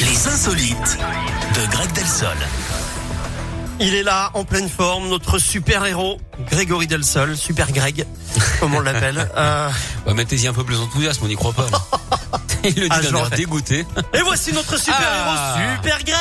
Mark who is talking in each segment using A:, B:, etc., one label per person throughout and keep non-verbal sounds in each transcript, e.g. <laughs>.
A: Les insolites de Greg Delsol.
B: Il est là, en pleine forme, notre super-héros, Grégory Delsol, super Greg, comme on
C: <laughs>
B: l'appelle. Euh,
C: Bah, Mettez-y un peu plus d'enthousiasme, on n'y croit pas.
B: <laughs>
C: là. Il le dit
B: Ah, je
C: d'un
B: l'en
C: air
B: fais.
C: dégoûté.
B: et voici notre super-héros,
C: Ah.
B: super Greg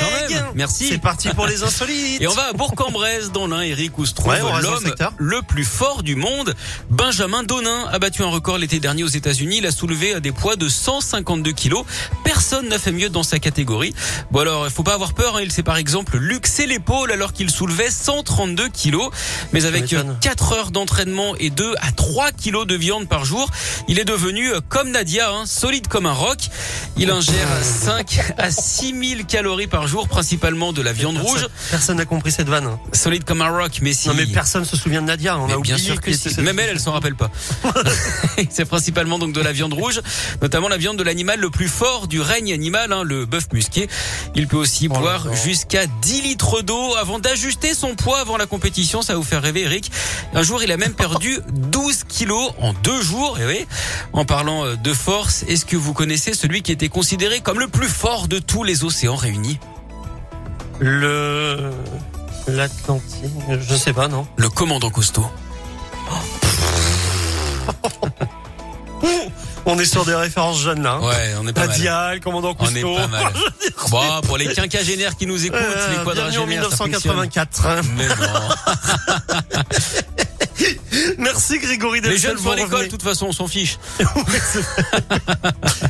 C: Quand même, merci.
B: C'est parti pour les insolites
C: Et on va à Bourg-en-Bresse, dans l'un, Eric, où se trouve
B: Ouais, on reste dans le
C: l'homme
B: secteur.
C: le plus fort du monde. Benjamin Donin a battu un record l'été dernier aux États-Unis. Il a soulevé des poids de 152 kilos. Personne n'a fait mieux dans sa catégorie. Bon alors, il faut pas avoir peur. hein. Il s'est par exemple luxé l'épaule alors qu'il soulevait 132 kilos. Mais avec
B: m'étonnes.
C: 4 heures d'entraînement et 2 à 3 kilos de viande par jour, il est devenu, euh, comme Nadia, hein, solide comme un roc.
B: <laughs>
C: Il ingère 5 à 6 000 calories par jour, principalement de la viande
B: Personne-
C: rouge.
B: Personne n'a compris cette vanne.
C: Solide comme un rock, mais si.
B: Non mais personne se souvient de Nadia, on
C: Mais
B: a
C: bien
B: oublié
C: sûr
B: que
C: que si.
B: c'était
C: Même elle, elle s'en rappelle pas. c'est principalement donc de la viande rouge, notamment la viande de l'animal le plus fort du règne animal, hein, le bœuf musqué. Il peut aussi
B: là
C: boire
B: là.
C: jusqu'à 10 litres d'eau avant d'ajuster son poids avant la compétition. Ça va vous faire rêver, Eric. Un jour, il a même perdu 12 kilos en deux jours. Et oui, en parlant euh, de force, est-ce que vous connaissez celui qui était considéré comme le plus fort de tous les océans réunis
B: le... L'Atlantique, je sais pas, non
C: Le commandant costaud.
B: On est sur des références jeunes là. hein.
C: Ouais, on est pas mal.
B: Nadia, le commandant
C: On est
B: Cousteau.
C: pas
B: <laughs>
C: mal. Bon, pour les quinquagénaires qui nous écoutent, les
B: Euh, bienvenue en
C: quadragénaires, ça fonctionne.
B: 1984. hein.
C: Mais non.
B: <laughs> Merci Grégory Delsol.
C: Les jeunes font
B: vous
C: l'école, de
B: revenez.
C: toute façon, on s'en fiche.
B: <laughs>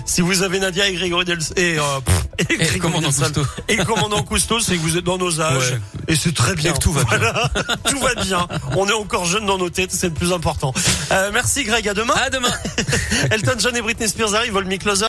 B: Si vous avez Nadia et Grégory Del et, euh, pff, et
C: Et
B: Grégory
C: commandant
B: Delsol.
C: Cousteau.
B: Et le commandant Cousteau, c'est que vous êtes dans nos âges
C: Ouais.
B: et c'est très bien.
C: Et que tout va bien.
B: Voilà. tout va bien. On est encore jeunes dans nos têtes, c'est le plus important. Euh, merci Greg, à demain.
C: À demain.
B: Elton John et Britney Spears arrivent, Volmi Closer.